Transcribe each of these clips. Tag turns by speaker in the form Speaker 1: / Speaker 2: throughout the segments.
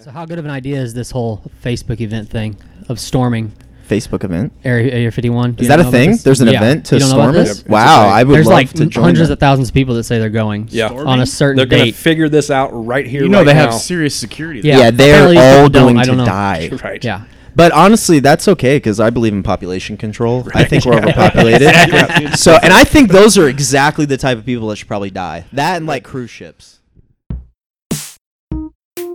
Speaker 1: So, how good of an idea is this whole Facebook event thing of storming
Speaker 2: Facebook event.
Speaker 1: Area, Area 51? Do
Speaker 2: Is
Speaker 1: you
Speaker 2: that
Speaker 1: know
Speaker 2: a
Speaker 1: about
Speaker 2: thing?
Speaker 1: this?
Speaker 2: There's an
Speaker 1: Yeah.
Speaker 2: event to
Speaker 1: You don't know about
Speaker 2: storm
Speaker 1: this?
Speaker 2: it.
Speaker 1: Yep.
Speaker 2: Wow, I would
Speaker 1: There's
Speaker 2: love
Speaker 1: like
Speaker 2: to join.
Speaker 1: hundreds
Speaker 2: that.
Speaker 1: of thousands of people that say they're going
Speaker 3: Yeah.
Speaker 1: on a certain
Speaker 3: They're gonna
Speaker 1: date.
Speaker 3: figure this out right here.
Speaker 4: You know
Speaker 3: right
Speaker 4: they
Speaker 3: now.
Speaker 4: have serious security.
Speaker 1: Yeah.
Speaker 4: there.
Speaker 2: yeah,
Speaker 1: Apparently
Speaker 2: they're all
Speaker 1: people don't,
Speaker 2: going
Speaker 1: I
Speaker 2: to
Speaker 1: don't know.
Speaker 2: die.
Speaker 3: right.
Speaker 1: yeah.
Speaker 2: But honestly, that's okay because I believe in population control. I think we're overpopulated.
Speaker 4: Exactly.
Speaker 2: So, and I think those are exactly the type of people that should probably die. That and like cruise ships.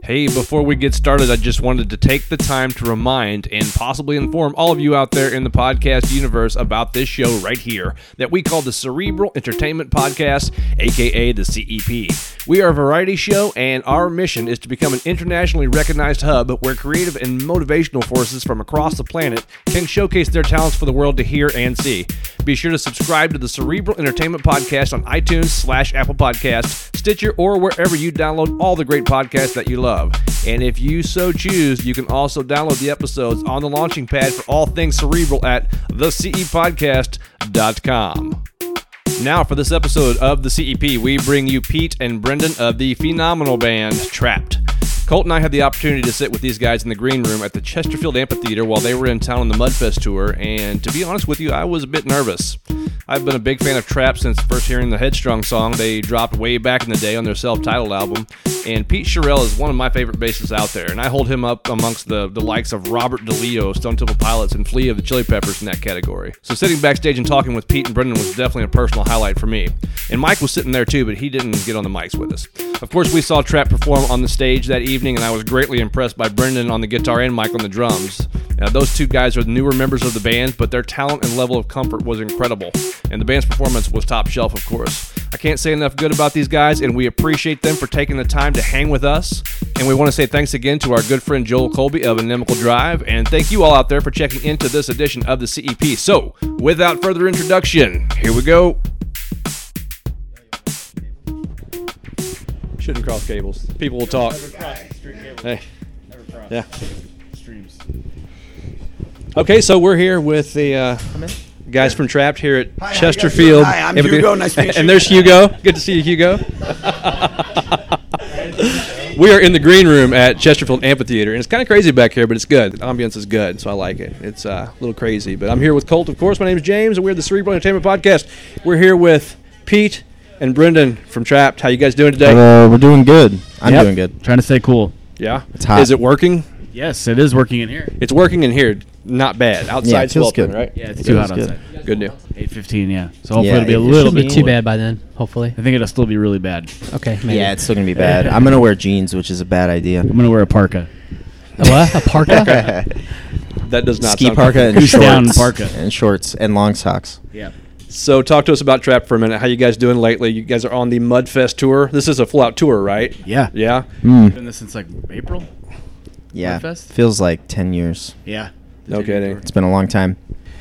Speaker 5: Hey, before we get started, I just wanted to take the time to remind and possibly inform all of you out there in the podcast universe about this show right here that we call the Cerebral Entertainment Podcast, aka the CEP. We are a variety show, and our mission is to become an internationally recognized hub where creative and motivational forces from across the planet can showcase their talents for the world to hear and see. Be sure to subscribe to the Cerebral Entertainment Podcast on iTunes slash Apple Podcasts, Stitcher, or wherever you download all the great podcasts that you love. And if you so choose, you can also download the episodes on the launching pad for all things cerebral at E thecepodcast.com. Now, for this episode of the CEP, we bring you Pete and Brendan of the phenomenal band Trapped. Colt and I had the opportunity to sit with these guys in the green room at the Chesterfield Amphitheater while they were in town on the Mudfest tour, and to be honest with you, I was a bit nervous. I've been a big fan of Trap since first hearing the Headstrong song they dropped way back in the day on their self titled album, and Pete Sherrill is one of my favorite bassists out there, and I hold him up amongst the, the likes of Robert DeLeo, Stone Temple Pilots, and Flea of the Chili Peppers in that category. So sitting backstage and talking with Pete and Brendan was definitely a personal highlight for me. And Mike was sitting there too, but he didn't get on the mics with us. Of course, we saw Trap perform on the stage that evening, and I was greatly impressed by Brendan on the guitar and Mike on the drums. Now, those two guys are the newer members of the band, but their talent and level of comfort was incredible. And the band's performance was top shelf, of course. I can't say enough good about these guys, and we appreciate them for taking the time to hang with us. And we want to say thanks again to our good friend Joel Colby of Inimical Drive, and thank you all out there for checking into this edition of the CEP. So, without further introduction, here we go.
Speaker 3: Shouldn't cross cables. People will talk. Hey. Yeah.
Speaker 4: Streams.
Speaker 3: Okay, so we're here with the uh, guys from Trapped here at Chesterfield.
Speaker 6: Hi, I'm
Speaker 3: Amphitheater.
Speaker 6: Hugo. Nice to meet you.
Speaker 3: And there's Hugo. Good to see you, Hugo. we are in the green room at Chesterfield Amphitheater, and it's kind of crazy back here, but it's good. The ambience is good, so I like it. It's uh, a little crazy, but I'm here with Colt, of course. My name is James, and we're the Cerebral Entertainment Podcast. We're here with Pete and Brendan from Trapped. How you guys doing today?
Speaker 2: Uh, we're doing good. I'm
Speaker 4: Yep.
Speaker 2: doing good.
Speaker 4: Trying to stay cool.
Speaker 3: Yeah, it's
Speaker 2: hot.
Speaker 3: Is it working?
Speaker 4: Yes, it is working in here.
Speaker 3: It's working in here. Not bad.
Speaker 2: Yeah,
Speaker 3: Outside,
Speaker 2: it feels good.
Speaker 3: right?
Speaker 4: Yeah, it's too hot
Speaker 2: Feels good.
Speaker 4: outside.
Speaker 3: Good deal.
Speaker 4: Eight fifteen. Yeah. So hopefully
Speaker 2: Yeah,
Speaker 4: it'll be
Speaker 2: it
Speaker 4: a little
Speaker 2: should
Speaker 4: bit
Speaker 2: be
Speaker 1: Be too
Speaker 4: cooler.
Speaker 1: bad by then, hopefully.
Speaker 4: I think it'll still be really bad.
Speaker 1: Okay, maybe.
Speaker 2: Yeah, it's still gonna be bad. I'm gonna wear jeans, which is a bad idea.
Speaker 4: I'm gonna wear a parka.
Speaker 1: a what? A parka?
Speaker 3: That does not
Speaker 2: Ski
Speaker 3: sound
Speaker 2: parka and
Speaker 4: Goose
Speaker 2: shorts.
Speaker 4: down parka.
Speaker 2: And shorts and long socks.
Speaker 4: Yeah.
Speaker 3: So talk to us about Trap for a minute. How you guys doing lately? You guys are on the Mudfest tour. This is a full out tour, right?
Speaker 4: Yeah.
Speaker 3: Yeah.
Speaker 1: Hmm.
Speaker 4: Been this since like April.
Speaker 2: Yeah,
Speaker 4: Mudfest?
Speaker 2: feels like ten years.
Speaker 4: Yeah.
Speaker 3: No kidding.
Speaker 2: It's been a long time.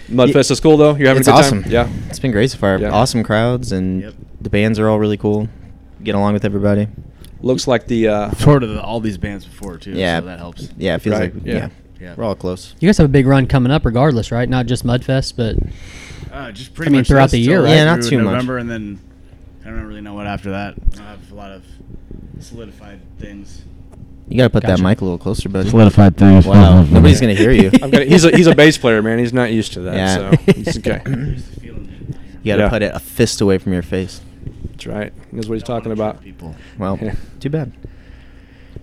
Speaker 3: Mudfest is cool though. You're having
Speaker 2: it's
Speaker 3: a good
Speaker 2: awesome.
Speaker 3: time. Yeah.
Speaker 2: it's been great so far.
Speaker 3: Yeah.
Speaker 2: Awesome crowds and
Speaker 4: Yep.
Speaker 2: the bands are all really cool. Get along with everybody.
Speaker 3: Looks like the uh,
Speaker 4: Toured with all these bands before too.
Speaker 2: Yeah.
Speaker 4: So that helps.
Speaker 2: Yeah, it feels
Speaker 3: Right,
Speaker 2: like
Speaker 3: yeah.
Speaker 2: yeah.
Speaker 4: Yeah.
Speaker 2: we're all close.
Speaker 1: You guys have a big run coming up, regardless, right? Not just Mudfest, but
Speaker 4: Uh, just pretty
Speaker 1: I mean,
Speaker 4: much
Speaker 1: throughout
Speaker 4: this
Speaker 1: the
Speaker 4: till,
Speaker 1: year,
Speaker 4: like,
Speaker 1: right?
Speaker 2: Yeah, not
Speaker 4: through
Speaker 2: too much.
Speaker 4: November, and then I don't really know what after that. I have a lot of solidified things.
Speaker 2: You gotta put
Speaker 1: Gotcha.
Speaker 2: that mic a little closer, buddy.
Speaker 4: Solidified things.
Speaker 2: Wow, nobody's gonna hear you.
Speaker 3: I'm gonna, he's a he's a bass player, man. He's not used to that.
Speaker 2: Yeah.
Speaker 3: So it's okay.
Speaker 2: You gotta
Speaker 3: Yeah.
Speaker 2: put it a fist away from your face.
Speaker 3: That's right. He knows what he's talking about.
Speaker 4: People.
Speaker 2: Well, too bad.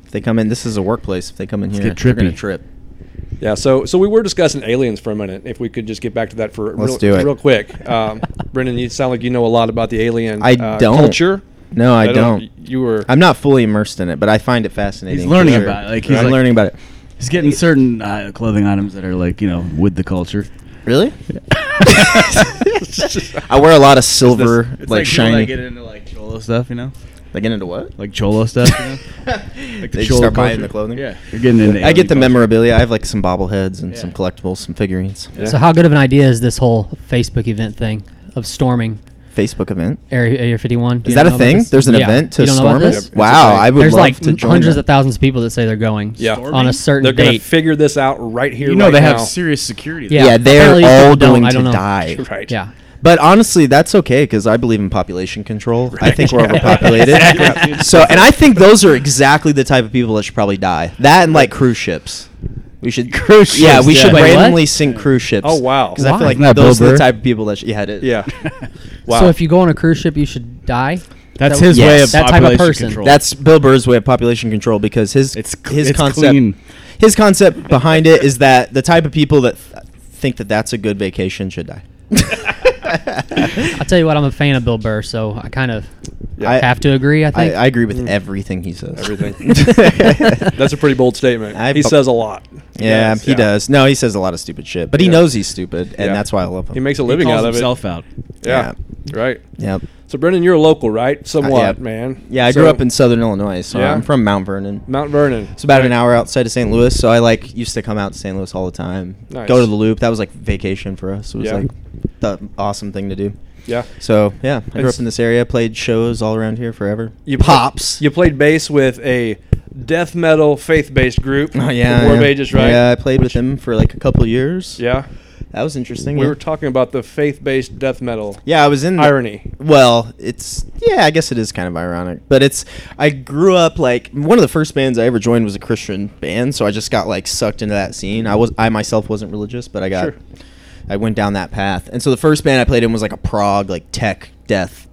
Speaker 2: If they come in, this is a workplace. If they come in
Speaker 4: Let's
Speaker 2: here,
Speaker 4: get
Speaker 2: they're gonna
Speaker 4: trippy.
Speaker 2: trip.
Speaker 3: Yeah. So so we were discussing aliens for a minute. If we could just get back to that for
Speaker 2: Let's
Speaker 3: real,
Speaker 2: do it.
Speaker 3: real quick. Um, Brendan, you sound like you know a lot about the alien.
Speaker 2: I
Speaker 3: uh,
Speaker 2: don't.
Speaker 3: culture.
Speaker 2: No, I, don't.
Speaker 3: You were.
Speaker 2: I'm not fully immersed in it, but I find it fascinating.
Speaker 4: He's
Speaker 2: for
Speaker 4: learning
Speaker 2: sure.
Speaker 4: about it, like, he's
Speaker 2: I'm
Speaker 4: like-
Speaker 2: learning about it.
Speaker 4: He's getting certain uh, clothing items that are like you know with the culture.
Speaker 2: Really? I wear a lot of silver, like, shiny.
Speaker 4: get into like cholo stuff, you know,
Speaker 2: They get into what?
Speaker 4: like cholo stuff. You know? like
Speaker 2: They start buying the clothing?
Speaker 4: Yeah, you're getting into.
Speaker 2: I get the
Speaker 4: alien culture.
Speaker 2: memorabilia. I have like some bobbleheads and
Speaker 4: Yeah.
Speaker 2: some collectibles, some figurines.
Speaker 3: Yeah.
Speaker 1: So, how good of an idea is this whole Facebook event thing of storming
Speaker 2: Facebook event.
Speaker 1: Area, Area 51? Do
Speaker 2: Is
Speaker 1: you
Speaker 2: that
Speaker 1: know
Speaker 2: a
Speaker 1: about
Speaker 2: thing?
Speaker 1: this?
Speaker 2: There's an
Speaker 1: Yeah.
Speaker 2: event to
Speaker 1: You don't know about
Speaker 2: storm
Speaker 1: this?
Speaker 2: it?
Speaker 3: Yep.
Speaker 2: Wow, I would
Speaker 1: There's
Speaker 2: love
Speaker 1: like
Speaker 2: to join.
Speaker 1: hundreds
Speaker 2: that.
Speaker 1: of thousands of people that say they're going
Speaker 3: Yeah.
Speaker 1: on a certain
Speaker 3: They're gonna
Speaker 1: date.
Speaker 3: figure this out right here.
Speaker 4: You know
Speaker 3: right
Speaker 4: they
Speaker 3: now.
Speaker 4: have serious security.
Speaker 1: Yeah.
Speaker 2: Yeah, they're
Speaker 1: Apparently people
Speaker 2: all
Speaker 1: don't.
Speaker 2: going
Speaker 1: I
Speaker 2: to
Speaker 1: don't know.
Speaker 2: die.
Speaker 3: Right.
Speaker 1: yeah.
Speaker 2: But honestly, that's okay because I believe in population control. I think we're
Speaker 5: Right.
Speaker 2: overpopulated.
Speaker 4: Exactly.
Speaker 2: Yeah. So, and I think those are exactly the type of people that should probably die. That and like cruise ships. We should cruise
Speaker 1: ships,
Speaker 2: Yeah, we
Speaker 1: yeah.
Speaker 2: should
Speaker 1: Wait, what?
Speaker 2: randomly sink cruise ships.
Speaker 5: Oh, wow.
Speaker 2: Because I
Speaker 1: Why?
Speaker 2: feel like
Speaker 4: Isn't that
Speaker 2: those
Speaker 4: Bill
Speaker 2: are
Speaker 4: Burr?
Speaker 2: the type of people that should, yeah, it is.
Speaker 5: Yeah. Wow.
Speaker 1: So if you go on a cruise ship, you should die.
Speaker 4: That's
Speaker 1: That-
Speaker 4: his
Speaker 2: way
Speaker 1: yes.
Speaker 2: of
Speaker 1: that type of
Speaker 4: population
Speaker 1: person.
Speaker 4: control.
Speaker 2: That's Bill Burr's way of population control because his
Speaker 4: It's cl-
Speaker 2: his
Speaker 4: it's
Speaker 2: concept
Speaker 4: clean.
Speaker 2: his concept behind it is that the type of people that th- think that that's a good vacation should die.
Speaker 1: I'll tell you what, I'm a fan of Bill Burr, so I kind of
Speaker 5: Yeah.
Speaker 2: I-
Speaker 1: have to agree. I
Speaker 2: I,
Speaker 1: think
Speaker 2: I agree with everything he says.
Speaker 5: Mm. Everything. That's a pretty bold statement.
Speaker 2: I
Speaker 5: he
Speaker 2: bu-
Speaker 5: says a lot.
Speaker 2: Yeah,
Speaker 5: does,
Speaker 2: he
Speaker 5: yeah.
Speaker 2: does. No, he says a lot of stupid shit, but he
Speaker 5: Yeah.
Speaker 2: knows he's stupid, and
Speaker 5: Yeah.
Speaker 2: that's why I love him.
Speaker 5: He makes a
Speaker 4: He
Speaker 5: living
Speaker 4: calls
Speaker 5: out of
Speaker 4: himself
Speaker 5: it.
Speaker 4: out.
Speaker 5: Yeah. Right.
Speaker 2: Yep.
Speaker 5: So Brendan, you're a local, right? Somewhat,
Speaker 2: yeah.
Speaker 5: man.
Speaker 2: Yeah, I
Speaker 5: So-
Speaker 2: grew up in Southern Illinois, so
Speaker 5: Yeah?
Speaker 2: I'm from Mount Vernon.
Speaker 5: Mount Vernon.
Speaker 2: It's about an hour outside of St. Louis, so I like used to come out to St. Louis all the time.
Speaker 5: Nice.
Speaker 2: Go to the Loop. That was like vacation for us. It was
Speaker 5: Yeah.
Speaker 2: like the awesome thing to do.
Speaker 5: Yeah.
Speaker 2: So yeah, I grew
Speaker 5: It's-
Speaker 2: up in this area. Played shows all around here forever.
Speaker 5: You
Speaker 2: pops.
Speaker 5: You played bass with a death metal faith-based group.
Speaker 2: Oh, yeah,
Speaker 5: the War
Speaker 2: yeah.
Speaker 5: of Ages, right?
Speaker 2: Yeah, I played with them for like a couple years.
Speaker 5: Yeah.
Speaker 2: that was interesting.
Speaker 5: We
Speaker 2: yeah.
Speaker 5: were talking about the faith-based death metal.
Speaker 2: Yeah, I was in the-
Speaker 5: Irony.
Speaker 2: Well, it's yeah, I guess it is kind of ironic, but it's I grew up like one of the first bands I ever joined was a Christian band, so I just got like sucked into that scene. I was I myself wasn't religious, but I got
Speaker 5: Sure.
Speaker 2: I went down that path, and so the first band I played in was like a prog like tech death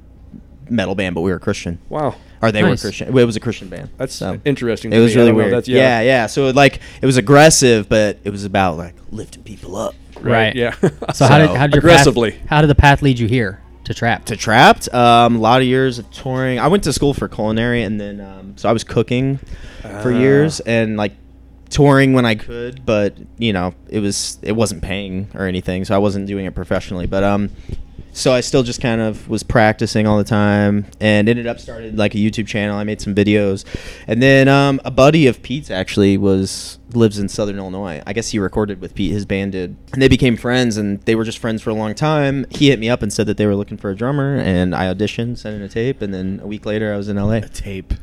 Speaker 2: metal band, but we were Christian.
Speaker 5: Wow.
Speaker 2: Or they were
Speaker 1: Nice.
Speaker 2: Christian. It was a Christian band.
Speaker 5: That's
Speaker 2: so.
Speaker 5: interesting.
Speaker 2: It
Speaker 5: to
Speaker 2: was
Speaker 5: me. I
Speaker 2: really
Speaker 5: don't know.
Speaker 2: weird.
Speaker 5: That's,
Speaker 2: yeah. yeah, So like it was aggressive, but it was about like lifting people up.
Speaker 1: right.
Speaker 5: Yeah.
Speaker 1: So how did
Speaker 2: So,
Speaker 1: how did your
Speaker 5: aggressively.
Speaker 1: Path, how did the path lead you here to trap?
Speaker 2: to trapped um, a lot of years of touring i went to school for culinary and then um, so i was cooking for
Speaker 5: Ah.
Speaker 2: years and like touring when i could but you know it was it wasn't paying or anything so i wasn't doing it professionally but um so i still just kind of was practicing all the time and ended up started like a youtube channel i made some videos and then um, a buddy of pete's actually was lives in southern illinois i guess he recorded with pete his band did and they became friends and they were just friends for a long time he hit me up and said that they were looking for a drummer and i auditioned sent in a tape and then a week later i was in la
Speaker 4: A tape.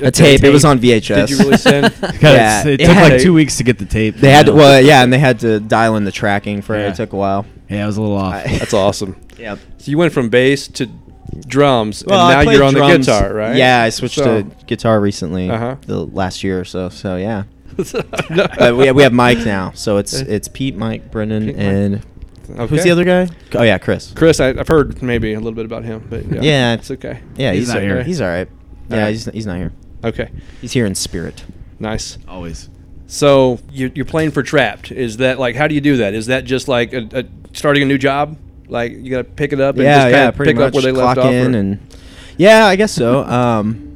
Speaker 2: a tape it was on vhs
Speaker 5: Did you really send?
Speaker 4: God,
Speaker 2: Yeah,
Speaker 4: it's- it,
Speaker 2: it
Speaker 4: took
Speaker 2: had-
Speaker 4: like two weeks to get the tape.
Speaker 2: They had
Speaker 4: Yeah.
Speaker 2: to, well, yeah, and they had to dial in the tracking for it.
Speaker 4: Yeah.
Speaker 2: It took a while.
Speaker 4: Yeah, it was a little off.
Speaker 2: I-
Speaker 5: That's awesome.
Speaker 2: Yeah.
Speaker 5: So you went from bass to drums,
Speaker 2: Well, I
Speaker 5: and now
Speaker 2: played
Speaker 5: you're on
Speaker 2: drums.
Speaker 5: the guitar, right?
Speaker 2: Yeah, I switched
Speaker 5: So-
Speaker 2: to guitar recently,
Speaker 5: Uh-huh.
Speaker 2: the last year or so. So yeah,
Speaker 5: No.
Speaker 2: but we have, we have Mike now, so it's it's Pete, Mike, Brendan,
Speaker 5: Pete, Mike.
Speaker 2: and who's
Speaker 5: Okay.
Speaker 2: the other guy? Oh yeah, Chris.
Speaker 5: Chris, I, I've heard maybe a little bit about him, but yeah,
Speaker 2: Yeah.
Speaker 5: it's okay.
Speaker 2: Yeah,
Speaker 4: He's
Speaker 2: he's,
Speaker 4: not
Speaker 2: okay.
Speaker 4: here.
Speaker 2: He's all right. Yeah,
Speaker 5: Alright.
Speaker 2: he's he's not here.
Speaker 5: Okay,
Speaker 2: He's here in spirit.
Speaker 5: nice.
Speaker 4: Always.
Speaker 5: So you, you're playing for Trapped. Is that like how do you do that? Is that just like a, a, starting a new job? Like you gotta pick it up and
Speaker 2: yeah,
Speaker 5: just
Speaker 2: yeah,
Speaker 5: kinda
Speaker 2: pretty
Speaker 5: pick
Speaker 2: much.
Speaker 5: up where they
Speaker 2: clock
Speaker 5: left off.
Speaker 2: in
Speaker 5: or-
Speaker 2: and yeah, I guess so. Um,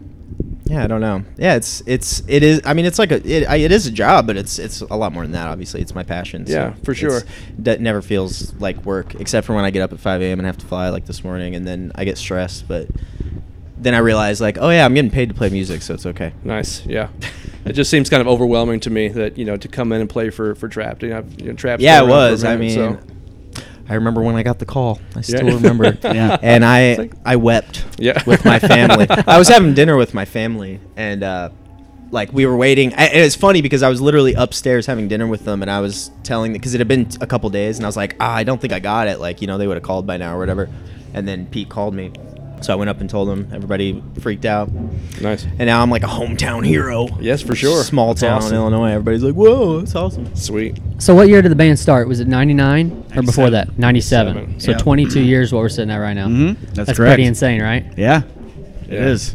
Speaker 2: yeah, I don't know. Yeah, it's it's it is. I mean, it's like a it, I, it is a job, but it's it's a lot more than that. Obviously, it's my passion. so
Speaker 5: Yeah, for
Speaker 2: it's-
Speaker 5: sure.
Speaker 2: That never feels like work, except for when I get up at five a.m. and have to fly like this morning, and then I get stressed. But then I realize like, oh yeah, I'm getting paid to play music, so it's okay.
Speaker 5: nice, yeah. It just seems kind of overwhelming to me that you know to come in and play for for Trapped. You know, I've- you know, Trapped.
Speaker 2: Yeah, it
Speaker 5: been around
Speaker 2: was.
Speaker 5: for a
Speaker 2: I mean,
Speaker 5: minute, so-
Speaker 2: I remember when I got the call. I still
Speaker 5: Yeah.
Speaker 2: remember.
Speaker 4: Yeah.
Speaker 2: And
Speaker 5: It's
Speaker 2: I
Speaker 5: like-
Speaker 2: I wept
Speaker 5: Yeah.
Speaker 2: with my family. I was having dinner with my family and uh like we were waiting I, and it's funny because I was literally upstairs having dinner with them and I was telling because it had been a couple days and I was like, "Ah, I don't think I got it." Like, you know, they would have called by now or whatever. And then Pete called me. So I went up and told them. Everybody freaked out.
Speaker 5: nice.
Speaker 2: And now I'm like a hometown hero.
Speaker 5: Yes, for sure.
Speaker 2: Small
Speaker 5: That's
Speaker 2: town
Speaker 5: awesome.
Speaker 2: Illinois. Everybody's like, "Whoa, that's awesome."
Speaker 5: Sweet.
Speaker 1: So what year did the band start? Was it 99 or before
Speaker 4: 97.
Speaker 1: that? 97.
Speaker 5: Seven.
Speaker 1: So
Speaker 4: Yeah.
Speaker 1: 22 years what we're sitting at right now.
Speaker 2: Mm-hmm.
Speaker 4: Mhm. That's
Speaker 1: That's
Speaker 4: correct.
Speaker 1: pretty insane, right?
Speaker 4: Yeah, it
Speaker 5: Yeah.
Speaker 4: is.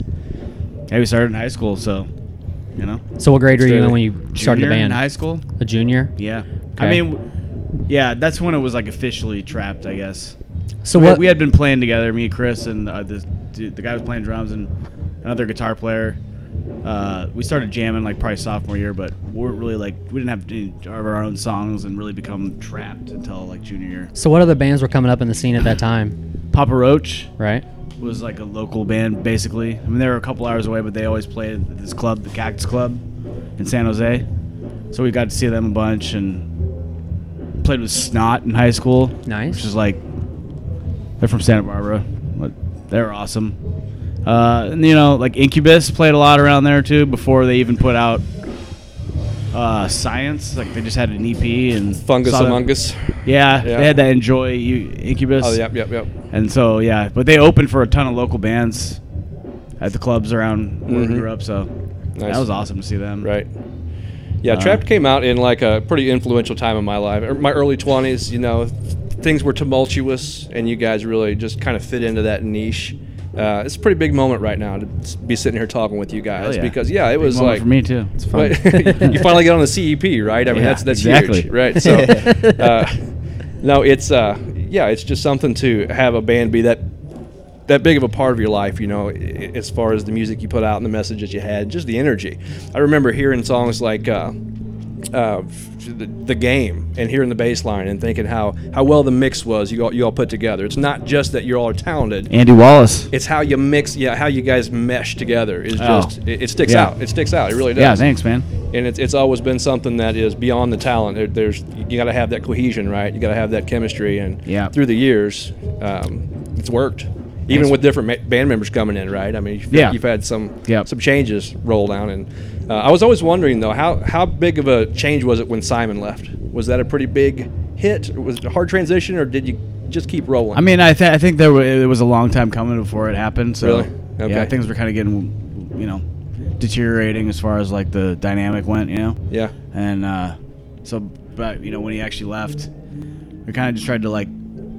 Speaker 4: Hey, we started in high school, so you know,
Speaker 1: So what grade were you
Speaker 5: Started
Speaker 1: in when you started the
Speaker 4: Junior
Speaker 1: band?
Speaker 4: in high school.
Speaker 1: A junior?
Speaker 4: Yeah, I
Speaker 1: Okay.
Speaker 4: mean, w- yeah, that's when it was like officially trapped, I guess.
Speaker 1: So
Speaker 4: we,
Speaker 1: what
Speaker 4: we had been playing together, me, Chris, and uh, the dude, the guy was playing drums and another guitar player. Uh, we started jamming like probably sophomore year, but we weren't really like we didn't have any of our own songs and really become trapped until like junior year.
Speaker 1: So what other bands were coming up in the scene at that time,
Speaker 4: Papa Roach
Speaker 1: right?
Speaker 4: was like a local band basically. I mean, they were a couple hours away, but they always played at this club, the Cactus Club, in San Jose. So we got to see them a bunch and played with Snot in high school.
Speaker 1: Nice.
Speaker 4: Which is like they're from Santa Barbara. But they're awesome. Uh, and you know, like Incubus played a lot around there too before they even put out uh, Science. Like they just had an EP and
Speaker 5: Fungus
Speaker 4: saw them-
Speaker 5: Among Us.
Speaker 4: Yeah,
Speaker 5: Yeah.
Speaker 4: they had that Enjoy U- Incubus.
Speaker 5: Oh, yep, yep, yep.
Speaker 4: And so yeah, but they opened for a ton of local bands at the clubs around where
Speaker 5: Mhm.
Speaker 4: we grew up. So
Speaker 5: Nice.
Speaker 4: that was awesome to see them.
Speaker 5: Right. Yeah,
Speaker 4: Uh,
Speaker 5: Trapped came out in like a pretty influential time in my life, Er, my early twenties. You know, things were tumultuous, and you guys really just kind of fit into that niche. Uh, it's a pretty big moment right now to s- be sitting here talking with you
Speaker 4: Hell
Speaker 5: guys
Speaker 4: yeah.
Speaker 5: because yeah, it
Speaker 4: Big
Speaker 5: was
Speaker 4: moment
Speaker 5: like
Speaker 4: for me too. It's
Speaker 2: fun.
Speaker 5: Wait, you finally get on the CEP, right? I mean,
Speaker 4: Yeah,
Speaker 5: that's that's
Speaker 4: exactly.
Speaker 5: huge, right? So, uh, no, it's uh, yeah, it's just something to have a band be that that big of a part of your life, you know, i- i- as far as the music you put out and the message that you had, just the energy. I remember hearing songs like. Uh, uh, the, the game and hearing the bass line and thinking how, how well the mix was you all, you all put together. It's not just that you all are talented,
Speaker 4: Andy Wallace.
Speaker 5: it's how you mix, yeah, how you guys mesh together. Is
Speaker 4: Oh.
Speaker 5: just it, it sticks
Speaker 4: Yeah.
Speaker 5: out. It sticks out. It really does
Speaker 4: yeah, thanks, man.
Speaker 5: and it's, it's always been something that is beyond the talent. There, there's you got to have that cohesion, right? You got to have that chemistry, and
Speaker 4: Yeah.
Speaker 5: through the years, um, it's worked. Even with different ma- band members coming in, right? I mean, you've,
Speaker 4: Yeah.
Speaker 5: you've had some
Speaker 4: Yep.
Speaker 5: some changes roll down, and uh, I was always wondering though, how how big of a change was it when Simon left? Was that a pretty big hit? Was it a hard transition, or did you just keep rolling?
Speaker 4: I mean, I, th- I think there wa it was a long time coming before it happened. So
Speaker 5: Really? Okay.
Speaker 4: yeah, things were kind of getting, you know, deteriorating as far as like the dynamic went, you know.
Speaker 5: yeah,
Speaker 4: And uh, so, but you know, when he actually left, we kind of just tried to like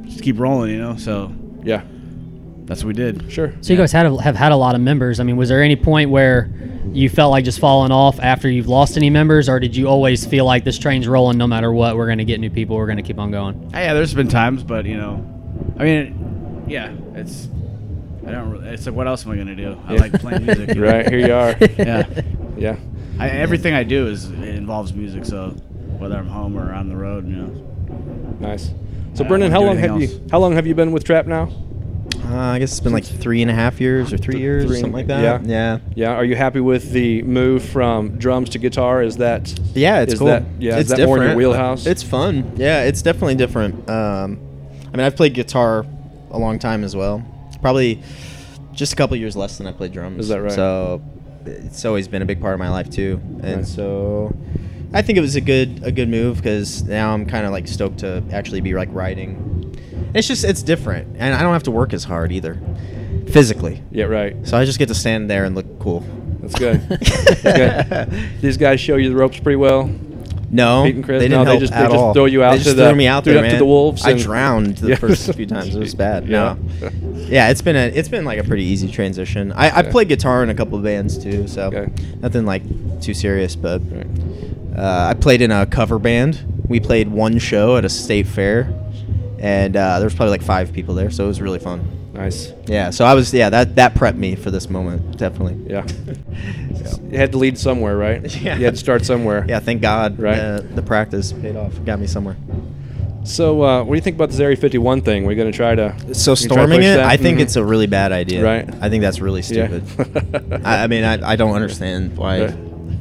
Speaker 4: just keep rolling, you know. So
Speaker 5: yeah,
Speaker 4: that's what we did.
Speaker 5: sure.
Speaker 1: So you guys had have had a lot of members. I mean, was there any point where you felt like just falling off after you've lost any members, or did you always feel like this train's rolling no matter what? We're gonna get new people. We're gonna keep on going.
Speaker 4: Uh, yeah, there's been times, but you know, I mean, yeah, it's. I don't. Really, it's like, what else am I gonna do? I
Speaker 5: Yeah.
Speaker 4: like playing music. you know?
Speaker 5: Right here you are.
Speaker 4: Yeah.
Speaker 5: yeah,
Speaker 4: I, everything I do is it involves music. So whether I'm home or on the road, you know,
Speaker 5: nice. So
Speaker 4: I don't
Speaker 5: Brendan,
Speaker 4: wanna
Speaker 5: how
Speaker 4: do
Speaker 5: long have
Speaker 4: anything
Speaker 5: you
Speaker 4: else.
Speaker 5: how long have you been with Trap now?
Speaker 2: Uh, I guess it's been like three and a half years or three
Speaker 5: Th-
Speaker 2: years,
Speaker 5: three-
Speaker 2: something like that.
Speaker 5: yeah.
Speaker 2: Yeah.
Speaker 5: Yeah, are you happy with the move from drums to guitar? Is that
Speaker 2: Yeah, it's
Speaker 5: is
Speaker 2: cool.
Speaker 5: That, yeah,
Speaker 2: it's
Speaker 5: is that
Speaker 2: different.
Speaker 5: more in your wheelhouse?
Speaker 2: It's fun. Yeah, it's definitely different. Um, I mean, I've played guitar a long time as well. Probably just a couple years less than I played drums.
Speaker 5: Is that right?
Speaker 2: So it's always been a big part of my life too. And
Speaker 5: Right.
Speaker 2: so I think it was a good a good move because now I'm kind of like stoked to actually be like writing. It's just it's different, and I don't have to work as hard either, physically.
Speaker 5: yeah, right.
Speaker 2: So I just get to stand there and look cool.
Speaker 5: That's good. That's good. These guys show you the ropes pretty well.
Speaker 2: No,
Speaker 5: Pete and Chris?
Speaker 2: they didn't
Speaker 5: No, they
Speaker 2: help
Speaker 5: just- they
Speaker 2: at
Speaker 5: just
Speaker 2: all.
Speaker 5: throw you out
Speaker 2: They just
Speaker 5: to the-
Speaker 2: threw me out
Speaker 5: threw
Speaker 2: there,
Speaker 5: you up to
Speaker 2: man.
Speaker 5: the wolves
Speaker 2: I
Speaker 5: and-
Speaker 2: drowned the
Speaker 5: Yeah.
Speaker 2: first few times. It was bad.
Speaker 5: Yeah.
Speaker 2: No. Yeah, it's been a it's been like a pretty easy transition. I, I
Speaker 5: Yeah.
Speaker 2: played guitar in a couple of bands too, so
Speaker 5: Okay.
Speaker 2: nothing like too serious. But
Speaker 5: Right.
Speaker 2: uh, I played in a cover band. We played one show at a state fair, and uh, there was probably like five people there, so it was really fun.
Speaker 5: Nice.
Speaker 2: Yeah, so I was yeah that that prepped me for this moment definitely.
Speaker 5: Yeah. You had to lead somewhere, right?
Speaker 2: Yeah.
Speaker 5: You had to start somewhere.
Speaker 2: Yeah, thank God
Speaker 5: Right.
Speaker 2: uh, the practice paid off, got me somewhere.
Speaker 5: So, uh, what do you think about this Area 51 thing? We're going to try to.
Speaker 2: So
Speaker 5: you try to
Speaker 2: storming
Speaker 5: push
Speaker 2: it,
Speaker 5: that?
Speaker 2: I think
Speaker 5: Mhm.
Speaker 2: it's a really bad idea.
Speaker 5: Right.
Speaker 2: I think that's really stupid.
Speaker 5: Yeah.
Speaker 2: I, I mean, I, I don't understand why
Speaker 5: Right.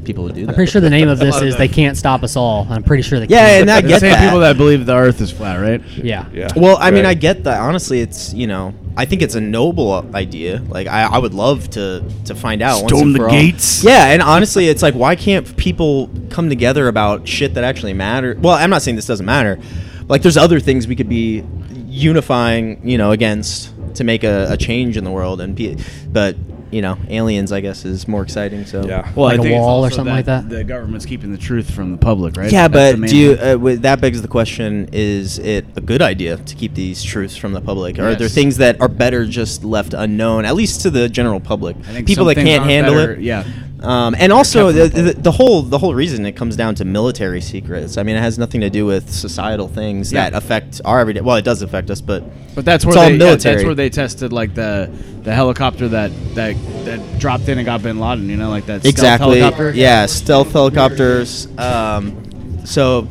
Speaker 2: people would do that.
Speaker 1: I'm pretty sure the name of this
Speaker 2: lot of
Speaker 1: is
Speaker 2: that.
Speaker 1: "They Can't Stop Us All." I'm pretty sure they.
Speaker 2: Yeah,
Speaker 1: can't.
Speaker 2: and I
Speaker 4: They're
Speaker 2: get
Speaker 4: the same
Speaker 2: that.
Speaker 4: people that believe the Earth is flat, right?
Speaker 1: yeah.
Speaker 5: yeah.
Speaker 2: Well, I mean,
Speaker 5: Right.
Speaker 2: I get that. Honestly, it's you know, I think it's a noble idea. Like, I, I would love to to find out. once
Speaker 4: Storm
Speaker 2: and
Speaker 4: the
Speaker 2: for all.
Speaker 4: gates.
Speaker 2: Yeah, and honestly, it's like, why can't people come together about shit that actually matter? Well, I'm not saying this doesn't matter. Like, there's other things we could be unifying, you know, against to make a, a change in the world. And pe- but you know, aliens, I guess, is more exciting. So
Speaker 5: Yeah.
Speaker 4: Well,
Speaker 1: Like a
Speaker 4: think it's
Speaker 1: wall or
Speaker 4: also
Speaker 1: something like that?
Speaker 4: The government's keeping the truth from the public, right?
Speaker 2: Yeah,
Speaker 4: That's the
Speaker 2: but
Speaker 4: main
Speaker 2: do you,
Speaker 4: thing.
Speaker 2: uh, with, that begs the question: Is it a good idea to keep these truths from the public? Are there
Speaker 4: Yes.
Speaker 2: things that are better just left unknown, at least to the general public?
Speaker 4: I think
Speaker 2: People that
Speaker 4: some things
Speaker 2: can't
Speaker 4: aren't
Speaker 2: handle
Speaker 4: better-
Speaker 2: it.
Speaker 4: Yeah.
Speaker 2: Um, and also
Speaker 4: kept
Speaker 2: the,
Speaker 4: from the
Speaker 2: the, the whole the whole reason it comes down to military secrets. I mean, it has nothing to do with societal things
Speaker 4: Yeah.
Speaker 2: that affect our everyday. Well, it does affect us, but
Speaker 4: But that's
Speaker 2: It's
Speaker 4: where
Speaker 2: all
Speaker 4: they, yeah,
Speaker 2: military.
Speaker 4: that's where they tested like the the helicopter that that that dropped in and got Bin Laden. You know, like that stealth
Speaker 2: exactly,
Speaker 4: helicopter.
Speaker 2: yeah, stealth helicopters. Um, so,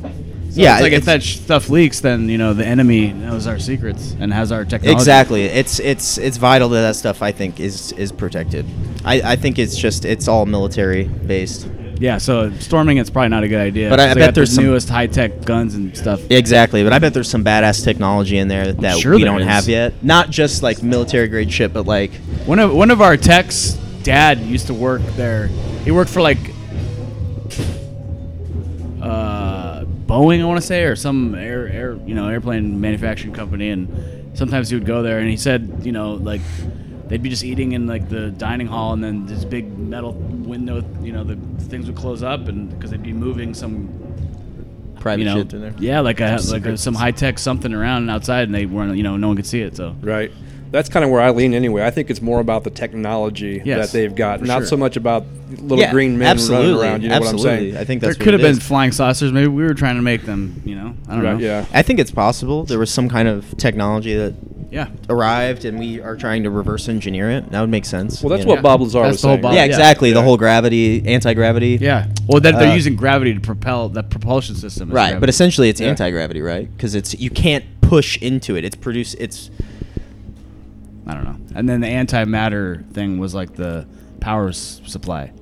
Speaker 2: yeah,
Speaker 4: it's like
Speaker 2: it's-
Speaker 4: if that sh- stuff leaks, then you know the enemy knows our secrets and has our technology.
Speaker 2: Exactly. It's it's it's vital that that stuff I think is is protected. I, I think it's just it's all military based.
Speaker 4: Yeah, so storming it's probably not a good idea.
Speaker 2: But I- I
Speaker 4: 'cause they
Speaker 2: bet
Speaker 4: got the
Speaker 2: there's some-
Speaker 4: newest high tech guns and stuff.
Speaker 2: Exactly. But I bet there's some badass technology in there that
Speaker 4: sure
Speaker 2: we
Speaker 4: there
Speaker 2: don't
Speaker 4: is.
Speaker 2: have yet. Not just like military grade shit, but like
Speaker 4: One of one of our techs' dad used to work there. He worked for like uh, Boeing, I want to say, or some air, air, you know, airplane manufacturing company. And sometimes he would go there, and he said, you know, like they'd be just eating in like the dining hall, and then this big metal window, you know, the things would close up, and because they'd be moving some,
Speaker 2: Private
Speaker 4: you know,
Speaker 2: shit in there.
Speaker 4: yeah, like a, like a, some high tech something around outside, and they weren't, you know, no one could see it. So
Speaker 5: Right. That's kind of where I lean anyway. I think it's more about the technology
Speaker 4: Yes,
Speaker 5: that they've got,
Speaker 4: for
Speaker 5: not
Speaker 4: sure.
Speaker 5: so much about little
Speaker 2: Yeah,
Speaker 5: green men
Speaker 2: absolutely,
Speaker 5: running around. You know
Speaker 2: absolutely.
Speaker 5: what I'm saying?
Speaker 2: I think
Speaker 4: there
Speaker 2: that's
Speaker 4: could
Speaker 2: what
Speaker 4: have
Speaker 2: it
Speaker 4: been
Speaker 2: is.
Speaker 4: flying saucers. Maybe we were trying to make them, you know, I don't
Speaker 5: Right,
Speaker 4: know.
Speaker 5: yeah.
Speaker 2: I think it's possible there was some kind of technology that
Speaker 4: yeah.
Speaker 2: arrived, and we are trying to reverse engineer it. That would make sense.
Speaker 5: Well, that's
Speaker 2: you
Speaker 5: what
Speaker 2: know?
Speaker 5: Bob Lazar
Speaker 4: That's
Speaker 5: was
Speaker 4: the whole
Speaker 5: saying.
Speaker 4: Bob-
Speaker 2: Yeah,
Speaker 4: yeah.
Speaker 2: exactly. The whole gravity, anti-gravity.
Speaker 4: Yeah. Well, that they're
Speaker 2: Uh,
Speaker 4: using gravity to propel that propulsion system. is
Speaker 2: Right, but
Speaker 4: gravity.
Speaker 2: essentially it's
Speaker 5: Yeah.
Speaker 2: anti-gravity, right? Because it's you can't push into it. It's produce. It's
Speaker 4: I don't know. And then the antimatter thing was like the power s- supply.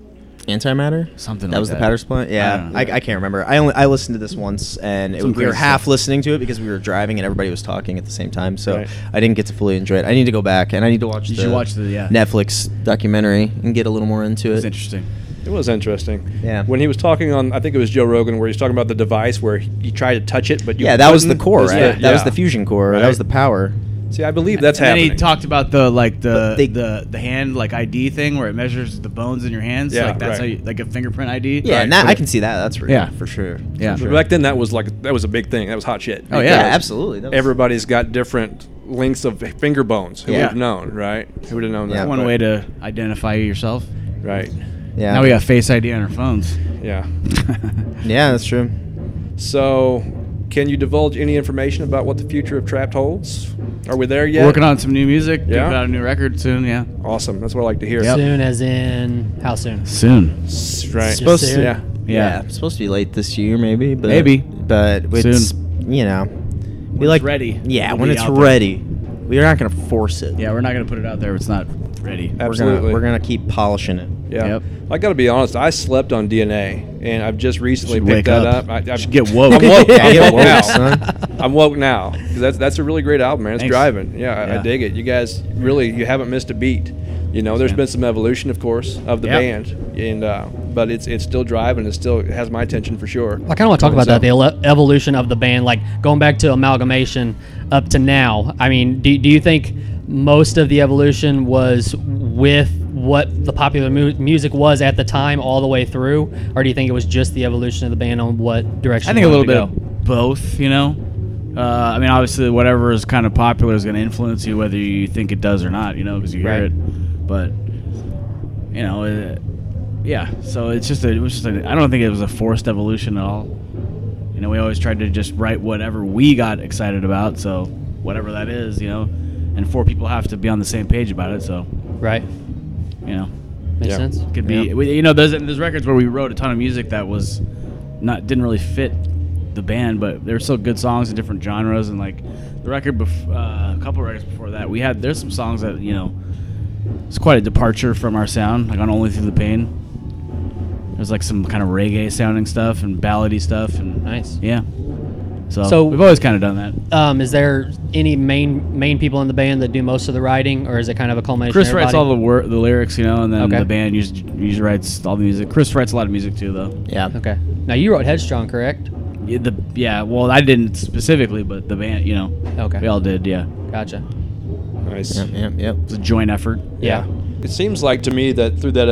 Speaker 2: antimatter.
Speaker 4: Something
Speaker 2: that
Speaker 4: like
Speaker 2: was
Speaker 4: that.
Speaker 2: the powder supply. Yeah,
Speaker 4: don't know.
Speaker 2: I, I can't remember. I only I listened to this once, and it,
Speaker 4: Some
Speaker 2: we were
Speaker 4: crazy
Speaker 2: half
Speaker 4: stuff.
Speaker 2: listening to it because we were driving and everybody was talking at the same time, so
Speaker 5: Right.
Speaker 2: I didn't get to fully enjoy it. I need to go back and I need to watch.
Speaker 4: You
Speaker 2: the
Speaker 4: should watch the- yeah.
Speaker 2: Netflix documentary and get a little more into
Speaker 4: It's
Speaker 2: it.
Speaker 4: interesting.
Speaker 5: It was interesting.
Speaker 2: Yeah.
Speaker 5: When he was talking on, I think it was Joe Rogan, where he's talking about the device where he, he tried to touch it, but you
Speaker 2: Yeah, that was the
Speaker 5: couldn't.
Speaker 2: core,
Speaker 5: It
Speaker 2: right? that was the fusion core.
Speaker 5: Right.
Speaker 2: That was the power.
Speaker 5: See, I believe that's
Speaker 4: and
Speaker 5: happening.
Speaker 4: Then he talked about the like the
Speaker 2: But they-
Speaker 4: the the hand like ID thing where it measures the bones in your hands.
Speaker 5: Yeah,
Speaker 4: like
Speaker 5: right.
Speaker 4: that's how you, like a fingerprint ID.
Speaker 2: Yeah, and
Speaker 4: Right.
Speaker 2: that, I can see that. That's real,
Speaker 4: Yeah.
Speaker 2: for sure.
Speaker 4: Yeah.
Speaker 2: For
Speaker 5: But
Speaker 2: sure.
Speaker 5: back then, that was like that was a big thing. That was hot shit.
Speaker 4: Oh,
Speaker 2: yeah,
Speaker 4: yeah.
Speaker 2: absolutely. That was-
Speaker 5: Everybody's got different lengths of finger bones. Who
Speaker 4: Yeah.
Speaker 5: would have known, right? Who would have known
Speaker 2: Yeah.
Speaker 5: that?
Speaker 4: one
Speaker 5: but-
Speaker 4: way to identify yourself.
Speaker 5: Right.
Speaker 2: Yeah.
Speaker 4: Now we got Face ID on our phones.
Speaker 5: Yeah.
Speaker 2: Yeah, that's true.
Speaker 5: So, can you divulge any information about what the future of Trapped holds? Are we there yet?
Speaker 4: We're working on some new music.
Speaker 5: Yeah.
Speaker 4: Giving out a new record soon. Yeah.
Speaker 5: Awesome. That's what I like to hear.
Speaker 4: Yep.
Speaker 1: Soon, as in how soon?
Speaker 4: Soon.
Speaker 5: S- Right.
Speaker 1: Supposed-
Speaker 2: Supposed to,
Speaker 1: soon.
Speaker 5: yeah.
Speaker 4: Yeah.
Speaker 2: it's supposed to be late this year, maybe. But,
Speaker 4: Maybe.
Speaker 2: but it's you know, we
Speaker 4: it's
Speaker 2: like
Speaker 4: ready,
Speaker 2: Yeah,
Speaker 4: it'll
Speaker 2: when
Speaker 4: be
Speaker 2: it's
Speaker 4: out there.
Speaker 2: ready, we're not gonna force it.
Speaker 4: Yeah. We're not gonna put it out there. if It's not ready.
Speaker 5: Uh,
Speaker 2: we're gonna,
Speaker 5: absolutely.
Speaker 2: we're gonna keep polishing it.
Speaker 5: Yeah.
Speaker 4: Yep.
Speaker 5: I got to be honest. I slept on DNA, and I've just recently
Speaker 4: Should
Speaker 5: picked
Speaker 4: wake
Speaker 5: that
Speaker 4: up.
Speaker 5: up. I, I
Speaker 4: Should get woke.
Speaker 5: I'm woke,
Speaker 2: Yeah,
Speaker 5: I'm
Speaker 2: get
Speaker 5: woke
Speaker 2: woke,
Speaker 5: now.
Speaker 2: son.
Speaker 5: I'm woke now. 'Cause That's that's a really great album, man. It's
Speaker 4: Thanks.
Speaker 5: driving. Yeah, I, I
Speaker 4: Yeah.
Speaker 5: dig it. You guys really you haven't missed a beat. You know, there's
Speaker 4: man.
Speaker 5: been some evolution, of course, of the
Speaker 4: Yeah.
Speaker 5: band, and uh, but it's it's still driving. It still has my attention for sure.
Speaker 1: I kind of want to talk about that the ele- evolution of the band, like going back to amalgamation up to now. I mean, do, do you think most of the evolution was with what the popular mu- music was at the time all the way through, or do you think it was just the evolution of the band on what direction?
Speaker 4: I
Speaker 1: it
Speaker 4: think a little
Speaker 1: wanted
Speaker 4: bit
Speaker 1: to go?
Speaker 4: of both, you know. Uh, I mean, obviously, whatever is kind of popular is going to influence you whether you think it does or not, you know, because you hear
Speaker 1: Right.
Speaker 4: it. But you know, it, yeah. So it's just a, it was just a, I don't think it was a forced evolution at all. You know, we always tried to just write whatever we got excited about. So whatever that is, you know, and four people have to be on the same page about it. So
Speaker 1: right.
Speaker 4: you know,
Speaker 1: Makes
Speaker 5: Yeah.
Speaker 1: sense.
Speaker 4: could be we- you know there's there's records where we wrote a ton of music that was not didn't really fit the band but there were still good songs in different genres and like the record bef- uh, a couple records before that we had there's some songs that you know it's quite a departure from our sound like on only through the pain there's like some kind of reggae sounding stuff and ballady stuff and
Speaker 1: Nice.
Speaker 4: yeah so,
Speaker 1: So-
Speaker 4: we've always kind of done that
Speaker 1: Um, is there any main main people in the band that do most of the writing, or is it kind of a culmination?
Speaker 4: Chris
Speaker 1: of
Speaker 4: writes
Speaker 1: everybody?
Speaker 4: all the wor- the lyrics you know and then
Speaker 1: Okay.
Speaker 4: the band usually, usually writes all the music Chris writes a lot of music too though
Speaker 2: Yeah.
Speaker 1: Okay. Now you wrote Headstrong, correct?
Speaker 4: Yeah, the yeah. Well, I didn't specifically, but the band, you know,
Speaker 1: Okay.
Speaker 4: we all did. Yeah,
Speaker 1: Gotcha.
Speaker 5: Nice.
Speaker 2: Yep. Yep. Yep.
Speaker 4: it's a joint effort.
Speaker 1: Yeah.
Speaker 5: It seems like to me that through that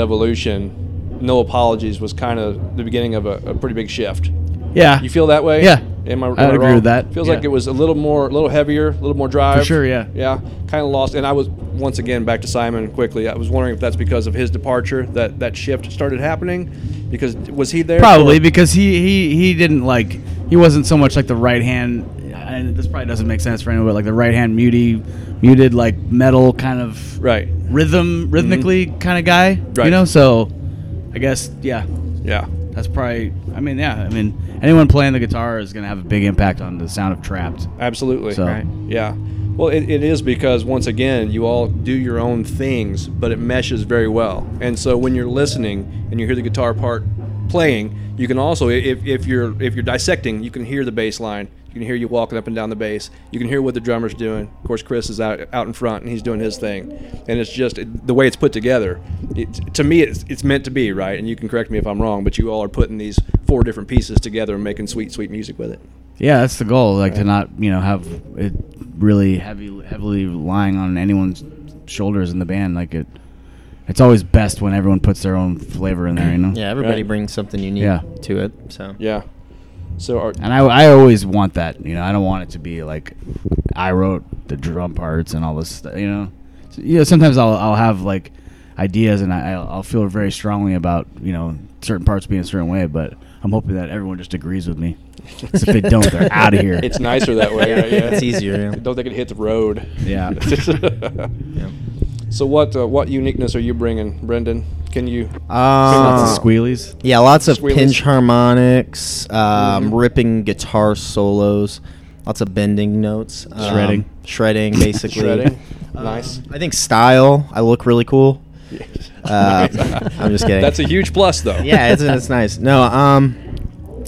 Speaker 5: evolution, no apologies was kind of the beginning of a, a pretty big shift.
Speaker 4: Yeah,
Speaker 5: You feel that way?
Speaker 4: Yeah.
Speaker 5: Am I, am
Speaker 4: I would agree
Speaker 5: wrong?
Speaker 4: with that.
Speaker 5: Feels
Speaker 4: Yeah.
Speaker 5: like it was a little more, a little heavier, a little more drive.
Speaker 4: For sure, yeah.
Speaker 5: Yeah. Kind of lost. And I was, once again, back to Simon quickly. I was wondering if that's because of his departure that that shift started happening. Because was he there?
Speaker 4: probably
Speaker 5: for-
Speaker 4: because he he he didn't like he wasn't so much like the right hand. And this probably doesn't make sense for anyone, but like the right hand muted, muted like metal kind of
Speaker 5: Right. Mm-hmm.
Speaker 4: rhythm, rhythmically kind of guy.
Speaker 5: Right.
Speaker 4: You know, so I guess yeah,
Speaker 5: Yeah.
Speaker 4: that's probably. I mean, yeah, I mean, anyone playing the guitar is gonna have a big impact on the sound of Trapped.
Speaker 5: Absolutely.
Speaker 4: So
Speaker 1: Right.
Speaker 5: Yeah. Well, it, it is because, once again, you all do your own things, but it meshes very well. And so when you're listening and you hear the guitar part playing, you can also if, if you're if you're dissecting, you can hear the bass line. You can hear you walking up and down the bass. You can hear what the drummer's doing. Of course, Chris is out out in front and he's doing his thing. And it's just the way it's put together. It, to me, it's, it's meant to be right. And you can correct me if I'm wrong, but you all are putting these four different pieces together and making sweet, sweet music with it.
Speaker 4: Yeah, that's the goal. Like to not, you know, have it really heavy, heavily lying on anyone's shoulders in the band. Like it, it's always best when everyone puts their own flavor in there. You know.
Speaker 2: Yeah, everybody
Speaker 5: Right.
Speaker 2: brings something unique
Speaker 4: Yeah.
Speaker 2: to it. So
Speaker 5: Yeah. So are,
Speaker 4: And I, I always want that. You know, I don't want it to be like I wrote the drum parts and all this. Stuff, you know, so, you know. Sometimes I'll I'll have like ideas and I I'll I'll feel very strongly about you know certain parts being a certain way, but I'm hoping that everyone just agrees with me. 'Cause if they don't, they're out of here.
Speaker 5: it's nicer that way. Right? Yeah.
Speaker 2: it's easier. Yeah.
Speaker 5: Don't think it hit the road.
Speaker 4: Yeah.
Speaker 2: Yeah.
Speaker 5: so what uh, what uniqueness are you bringing, Brendan? Can you?
Speaker 2: Uh,
Speaker 4: Lots of squealies.
Speaker 2: Yeah, lots of
Speaker 5: Squealers.
Speaker 2: pinch harmonics, um,
Speaker 5: Mhm.
Speaker 2: ripping guitar solos, lots of bending notes, um,
Speaker 4: Shredding.
Speaker 2: shredding, basically. Um,
Speaker 5: Shredding. Nice.
Speaker 2: I think style. I look really cool. Uh, I'm just kidding.
Speaker 5: That's a huge plus, though.
Speaker 2: yeah, it's, it's nice. No, um,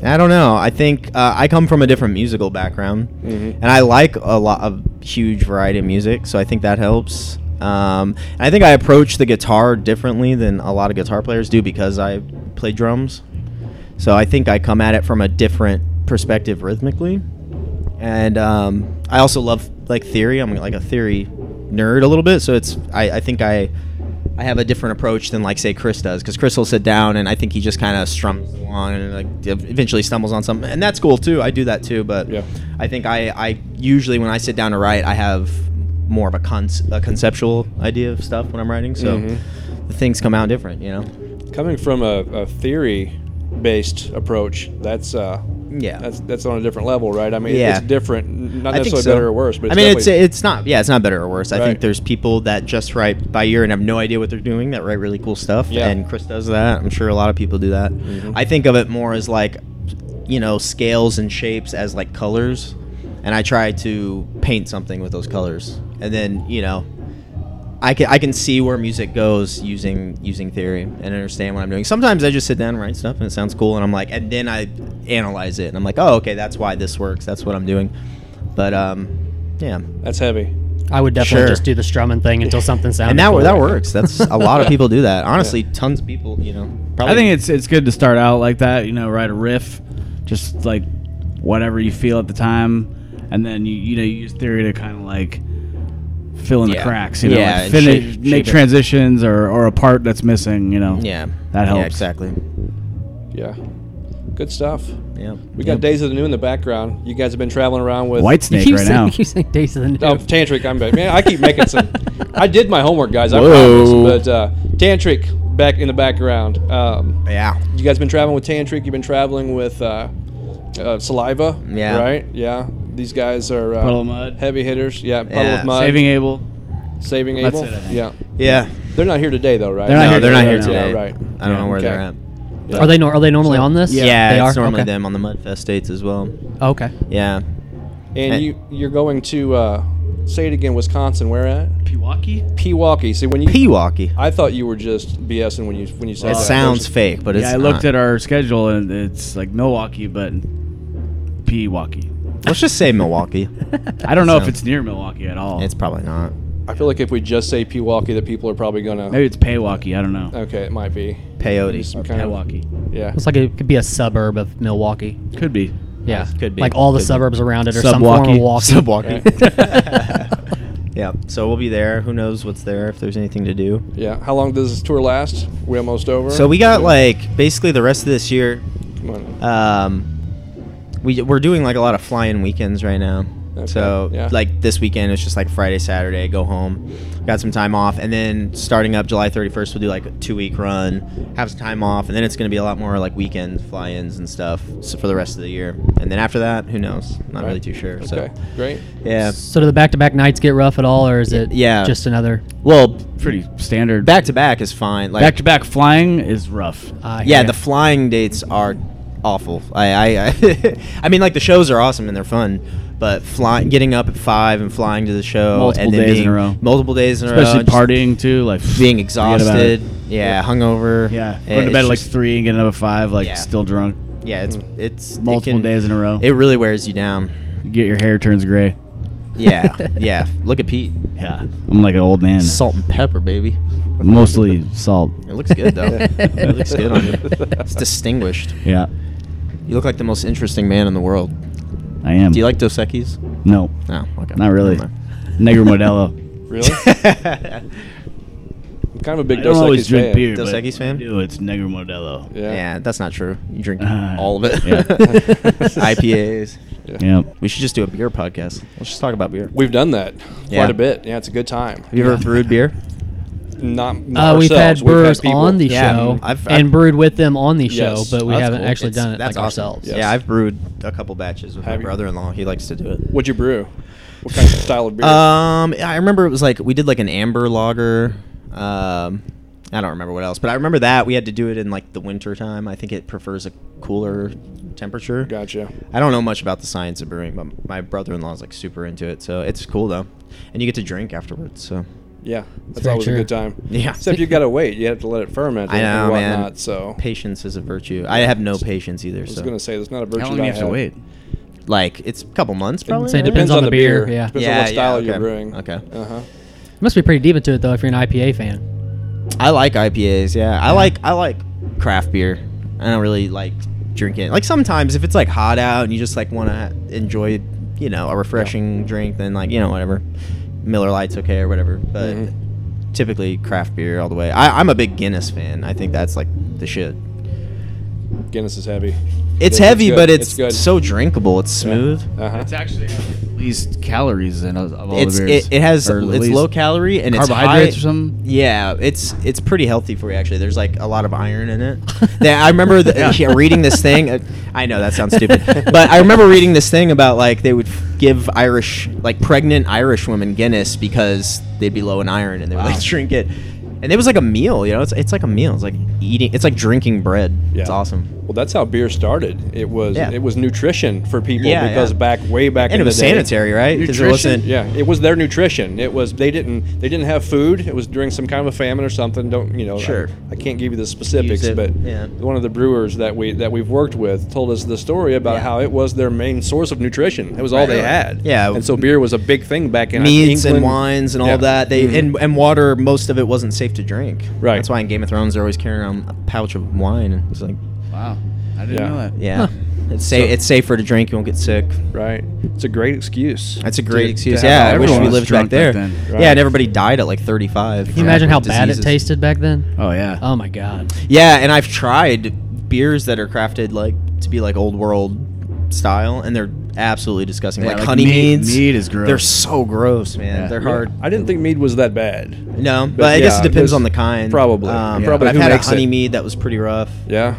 Speaker 2: I don't know. I think uh, I come from a different musical background,
Speaker 5: Mhm.
Speaker 2: and I like a lot of huge variety of music, so I think that helps. Um, and I think I approach the guitar differently than a lot of guitar players do because I play drums. So I think I come at it from a different perspective rhythmically, and um, I also love like theory. I'm like a theory nerd a little bit, so it's I, I think I I have a different approach than like say Chris does because Chris will sit down and I think he just kind of strums along and like eventually stumbles on something and that's cool too. I do that too, but
Speaker 5: Yeah.
Speaker 2: I think I I usually when I sit down to write I have more of a, con- a conceptual idea of stuff when I'm writing, so
Speaker 5: Mhm.
Speaker 2: the things come out different, you know.
Speaker 5: Coming from a, a theory-based approach, that's uh,
Speaker 2: Yeah.
Speaker 5: that's that's on a different level, right? I mean,
Speaker 2: Yeah.
Speaker 5: it's different. n- Not
Speaker 2: I think
Speaker 5: necessarily
Speaker 2: so.
Speaker 5: better or worse, but it's
Speaker 2: I mean, it's
Speaker 5: definitely-
Speaker 2: it's not yeah, it's not better or worse. I
Speaker 5: Right.
Speaker 2: think there's people that just write by ear and have no idea what they're doing that write really cool stuff.
Speaker 5: Yeah.
Speaker 2: and Chris does that. I'm sure a lot of people do that.
Speaker 4: Mm-hmm.
Speaker 2: I think of it more as like, you know, scales and shapes as like colors, and I try to paint something with those colors, and then you know. I can, I can see where music goes using using theory and understand what I'm doing. Sometimes I just sit down and write stuff and it sounds cool and I'm like and then I analyze it and I'm like, "Oh, okay, that's why this works. That's what I'm doing." But um yeah.
Speaker 5: that's heavy.
Speaker 1: I would definitely
Speaker 2: Sure.
Speaker 1: just do the strumming thing until something sounds.
Speaker 2: And that that works. That's a lot of people do that. Honestly, tons of people, you know. Probably
Speaker 4: I think it's it's good to start out like that. You know, write a riff, just like whatever you feel at the time, and then you you know you use theory to kind of like fill in
Speaker 2: Yeah.
Speaker 4: the cracks. You know,
Speaker 2: Yeah,
Speaker 4: like
Speaker 2: and
Speaker 4: finish
Speaker 2: shape-
Speaker 4: make
Speaker 2: shape it.
Speaker 4: transitions or or a part that's missing. You know,
Speaker 2: yeah.
Speaker 4: that
Speaker 2: Yeah,
Speaker 4: helps.
Speaker 2: exactly.
Speaker 5: Yeah, good stuff.
Speaker 2: Yeah.
Speaker 5: We got Days of the New in the background. You guys have been traveling around with
Speaker 4: White
Speaker 1: You
Speaker 4: snake
Speaker 1: keep
Speaker 4: right
Speaker 1: saying,
Speaker 4: now.
Speaker 1: you keep saying days of the new.
Speaker 5: Oh, Tantric, I'm back. Man, I keep making some. I did my homework, guys. I
Speaker 2: Whoa.
Speaker 5: promise. But uh, Tantric back in the background. Um,
Speaker 2: Yeah.
Speaker 5: You guys been traveling with Tantric. You've been traveling with uh, uh, Saliva.
Speaker 2: Yeah.
Speaker 5: Right. Yeah. These guys are uh,
Speaker 4: Puddle of Mud.
Speaker 5: heavy hitters. Yeah. Puddle
Speaker 2: Yeah.
Speaker 5: of mud.
Speaker 4: Saving Abel.
Speaker 5: saving
Speaker 4: That's
Speaker 5: Abel.
Speaker 4: it, I think.
Speaker 5: yeah.
Speaker 2: Yeah.
Speaker 5: They're not here today, though, right?
Speaker 4: They're not
Speaker 2: no,
Speaker 4: here
Speaker 2: they're not
Speaker 4: today,
Speaker 2: here
Speaker 4: no.
Speaker 2: today.
Speaker 5: Yeah, right.
Speaker 2: I don't know where
Speaker 5: Okay.
Speaker 2: they're at.
Speaker 1: Are they nor- are they normally on this?
Speaker 2: Yeah,
Speaker 1: they
Speaker 2: it's
Speaker 1: are?
Speaker 2: normally
Speaker 1: okay.
Speaker 2: them on the Mudfest dates as well.
Speaker 1: Okay.
Speaker 2: Yeah.
Speaker 5: And you you're going to uh, say it again, Wisconsin. Where at?
Speaker 4: Pewaukee.
Speaker 5: Pewaukee. See when you.
Speaker 2: Pewaukee.
Speaker 5: I thought you were just BSing when you when you said
Speaker 2: It
Speaker 5: that.
Speaker 2: sounds fake, but it's
Speaker 4: Yeah, I
Speaker 2: not.
Speaker 4: looked at our schedule and it's like Milwaukee, but Pewaukee.
Speaker 2: Let's just say Milwaukee.
Speaker 4: I don't know if
Speaker 2: So-
Speaker 4: it's near Milwaukee at all.
Speaker 2: it's probably not.
Speaker 5: I feel like if we just say Pewaukee, that people are probably gonna.
Speaker 4: Maybe it's Pewaukee. I don't know.
Speaker 5: Okay, it might be.
Speaker 2: Peyote.
Speaker 5: Some kind of-
Speaker 4: Pewaukee
Speaker 5: yeah.
Speaker 1: It's like it could be a suburb of Milwaukee.
Speaker 4: could be.
Speaker 1: Yeah,
Speaker 2: Could be.
Speaker 1: Like all the
Speaker 2: Could be.
Speaker 1: suburbs around it or some form of
Speaker 4: Subwaukee.
Speaker 1: walkie.
Speaker 2: Yeah. So we'll be there. Who knows what's there if there's anything to do.
Speaker 5: Yeah. How long does this tour last? We almost over.
Speaker 2: So we got like basically the rest of this year
Speaker 5: Come on.
Speaker 2: Um, we we're doing like a lot of flying weekends right now.
Speaker 5: Okay,
Speaker 2: So
Speaker 5: yeah.
Speaker 2: like this weekend it's just like Friday, Saturday, go home, got some time off, and then starting up July 31st we'll do like a two week run, have some time off, and then it's gonna be a lot more like weekend fly-ins and stuff so for the rest of the year. And then after that, who knows? Not really
Speaker 5: Right.
Speaker 2: too sure.
Speaker 5: Okay.
Speaker 2: So
Speaker 5: Great.
Speaker 2: yeah,
Speaker 1: So do the back-to-back nights get rough at all, or is it
Speaker 2: Yeah.
Speaker 1: just another?
Speaker 2: well,
Speaker 4: Pretty standard.
Speaker 2: back to back is fine. Like
Speaker 4: back to back flying is rough.
Speaker 1: Uh,
Speaker 2: yeah, the flying dates are awful. I I, I, I mean, like the shows are awesome and they're fun, but flying, getting up at five and flying to the show,
Speaker 4: Multiple
Speaker 2: and then
Speaker 4: days in
Speaker 2: being-
Speaker 4: a row.
Speaker 2: multiple days in a row,
Speaker 4: especially
Speaker 2: and just
Speaker 4: partying too, like
Speaker 2: being
Speaker 4: forget about
Speaker 2: exhausted,
Speaker 4: it.
Speaker 2: yeah, hungover,
Speaker 4: Yeah,
Speaker 2: Eh,
Speaker 4: going to bed
Speaker 2: it's
Speaker 4: at like
Speaker 2: just-
Speaker 4: three and getting up at five, like
Speaker 2: Yeah.
Speaker 4: still drunk.
Speaker 2: yeah, it's it's it
Speaker 4: Multiple
Speaker 2: can-
Speaker 4: days in a row.
Speaker 2: It really wears you down.
Speaker 4: Get your hair turns gray.
Speaker 2: Yeah, yeah. Look at Pete,
Speaker 4: Yeah, I'm like an old man.
Speaker 2: salt and pepper, baby.
Speaker 4: mostly salt.
Speaker 2: It looks good though. it looks good on you. It's distinguished.
Speaker 4: Yeah,
Speaker 2: You look like the most interesting man in the world.
Speaker 4: I am.
Speaker 2: Do you like Dos Equis?
Speaker 4: No,
Speaker 2: No, okay.
Speaker 4: not really.
Speaker 2: Never
Speaker 4: Negro Modelo.
Speaker 5: Really?
Speaker 2: mind.
Speaker 5: I'm kind of a big
Speaker 4: I don't
Speaker 5: Dos
Speaker 4: always
Speaker 5: Equis
Speaker 4: drink
Speaker 5: fan.
Speaker 4: beer.
Speaker 2: Dos
Speaker 4: but
Speaker 2: Equis fan?
Speaker 4: Dude, it's Negro Modelo.
Speaker 5: Yeah.
Speaker 2: Yeah, that's not true. You drink
Speaker 4: Uh,
Speaker 2: all of it.
Speaker 4: yeah.
Speaker 2: IPAs.
Speaker 4: Yep.
Speaker 2: We should just do a beer podcast. Let's just talk about beer.
Speaker 5: We've done that
Speaker 2: Yeah.
Speaker 5: quite a bit. Yeah, it's a good time.
Speaker 2: Have you ever brewed beer?
Speaker 5: Not, not
Speaker 1: Uh, we've had
Speaker 5: ourselves.
Speaker 1: brewers
Speaker 5: people.
Speaker 1: on the
Speaker 2: Yeah,
Speaker 1: show
Speaker 2: I've-
Speaker 1: and
Speaker 2: I've-
Speaker 1: brewed with them on the show,
Speaker 5: Yes,
Speaker 1: but we
Speaker 5: that's
Speaker 1: haven't
Speaker 5: cool.
Speaker 1: actually done it
Speaker 2: That's
Speaker 1: like
Speaker 2: awesome.
Speaker 1: ourselves.
Speaker 5: Yes.
Speaker 2: Yeah, I've brewed a couple batches with
Speaker 5: Have
Speaker 2: my
Speaker 5: you?
Speaker 2: brother-in-law. He likes to do it.
Speaker 5: What'd you brew? What kind of style of beer?
Speaker 2: Um, I remember it was like we did like an amber lager. Um, I don't remember what else, but I remember that we had to do it in like the winter time. I think it prefers a cooler temperature.
Speaker 5: gotcha.
Speaker 2: I don't know much about the science of brewing, but my brother-in-law is like super into it, so it's cool though. And you get to drink afterwards, so
Speaker 5: Yeah, that's
Speaker 1: very
Speaker 5: always a
Speaker 1: true.
Speaker 5: good time.
Speaker 2: Yeah.
Speaker 5: Except you gotta wait. You have to let it ferment
Speaker 2: I
Speaker 5: and-
Speaker 2: know,
Speaker 5: and
Speaker 2: man.
Speaker 5: whatnot. So
Speaker 2: patience is a virtue. I have no patience either.
Speaker 5: I was
Speaker 2: so
Speaker 5: gonna say there's not a virtue.
Speaker 4: How long do
Speaker 5: I
Speaker 4: you have to
Speaker 5: have.
Speaker 4: wait?
Speaker 2: like it's a couple months probably.
Speaker 1: say it
Speaker 2: right?
Speaker 1: Depends on the beer, yeah.
Speaker 5: Depends on
Speaker 2: Yeah,
Speaker 5: what style
Speaker 2: yeah,
Speaker 5: you're
Speaker 2: okay.
Speaker 5: brewing.
Speaker 2: Okay.
Speaker 5: Uh-huh.
Speaker 1: Must be pretty deep into it though if you're an IPA fan.
Speaker 2: I like IPAs. Yeah, I like I like craft beer. I don't really like drinking. Like sometimes if it's like hot out and you just like want to enjoy, you know, a refreshing drink, then like you know whatever, Miller Lite's okay or whatever. But
Speaker 5: Mhm.
Speaker 2: typically craft beer all the way. I, I'm a big Guinness fan. I think that's like the shit.
Speaker 5: Guinness is heavy.
Speaker 2: It's
Speaker 5: Yeah,
Speaker 2: heavy,
Speaker 5: good.
Speaker 2: but it's,
Speaker 5: good.
Speaker 2: so drinkable. It's smooth.
Speaker 5: Uh-huh.
Speaker 4: It's actually least calories in uh, of all
Speaker 2: It's
Speaker 4: the beers.
Speaker 2: it, it has
Speaker 4: Or
Speaker 2: it's
Speaker 4: at least
Speaker 2: low calorie and
Speaker 4: carbohydrates
Speaker 2: it's
Speaker 4: or
Speaker 2: high,
Speaker 4: something.
Speaker 2: Yeah, it's it's pretty healthy for you actually. There's like a lot of iron in it. That I remember the, yeah, reading this thing. uh, I know that sounds stupid, but I remember reading this thing about like they would give Irish like pregnant Irish women Guinness because they'd be low in iron and they would like drink it. And it was like a meal, you know. It's it's like a meal. It's like eating. It's like drinking bread. It's
Speaker 5: Yeah.
Speaker 2: awesome.
Speaker 5: Well, that's how beer started. It was
Speaker 2: Yeah.
Speaker 5: it was nutrition for people
Speaker 2: Yeah,
Speaker 5: because
Speaker 2: yeah.
Speaker 5: back way back
Speaker 2: And
Speaker 5: in
Speaker 2: it was
Speaker 5: the day-
Speaker 2: sanitary, right? 'Cause it
Speaker 4: Nutrition?
Speaker 2: wasn't.
Speaker 5: Yeah, it was their nutrition. It was they didn't they didn't have food. It was during some kind of a famine or something. Don't you know? I-
Speaker 2: Sure.
Speaker 5: I, can't give you the specifics,
Speaker 2: Use it,
Speaker 5: but
Speaker 2: yeah.
Speaker 5: one of the brewers that we that we've worked with told us the story about
Speaker 2: Yeah.
Speaker 5: how it was their main source of nutrition. It was all
Speaker 2: Right.
Speaker 5: they had.
Speaker 2: Yeah.
Speaker 5: and so beer was a big thing back in I think,
Speaker 2: meats and
Speaker 5: England.
Speaker 2: wines and all
Speaker 5: Yeah.
Speaker 2: that. They
Speaker 5: Mhm.
Speaker 2: and, and water. Most of it wasn't safe to drink.
Speaker 5: Right.
Speaker 2: That's why in Game of Thrones they're always carrying around a pouch of wine. and It's like
Speaker 4: Wow, I didn't
Speaker 5: Yeah.
Speaker 4: know that.
Speaker 2: yeah, it's sa- it's safer to drink. You won't get sick.
Speaker 5: right. It's a great excuse.
Speaker 2: That's a great
Speaker 5: to-
Speaker 2: excuse.
Speaker 5: to have
Speaker 2: Yeah, I wish
Speaker 5: alcohol.
Speaker 2: we
Speaker 4: was
Speaker 2: lived back
Speaker 4: drunk back
Speaker 2: there.
Speaker 4: then.
Speaker 5: Right.
Speaker 2: Yeah, and everybody died at like 35.
Speaker 1: Can you imagine how bad it tasted back then?
Speaker 4: Oh yeah.
Speaker 1: Oh my god.
Speaker 2: Yeah, and I've tried beers that are crafted like to be like old world style, and they're absolutely disgusting.
Speaker 4: Yeah,
Speaker 2: like,
Speaker 4: like
Speaker 2: honey
Speaker 4: mead-
Speaker 2: meads.
Speaker 4: mead is gross.
Speaker 2: They're so gross, man.
Speaker 4: Yeah.
Speaker 2: They're
Speaker 5: Yeah.
Speaker 2: hard.
Speaker 5: I didn't think mead was that bad.
Speaker 2: No, but,
Speaker 5: But
Speaker 2: I guess
Speaker 5: yeah,
Speaker 2: it depends
Speaker 5: there's-
Speaker 2: on the kind.
Speaker 5: probably.
Speaker 2: Um,
Speaker 5: Yeah. Probably
Speaker 2: But I've
Speaker 5: who
Speaker 2: had a
Speaker 5: makes it.
Speaker 2: honey mead that was pretty rough.
Speaker 5: Yeah.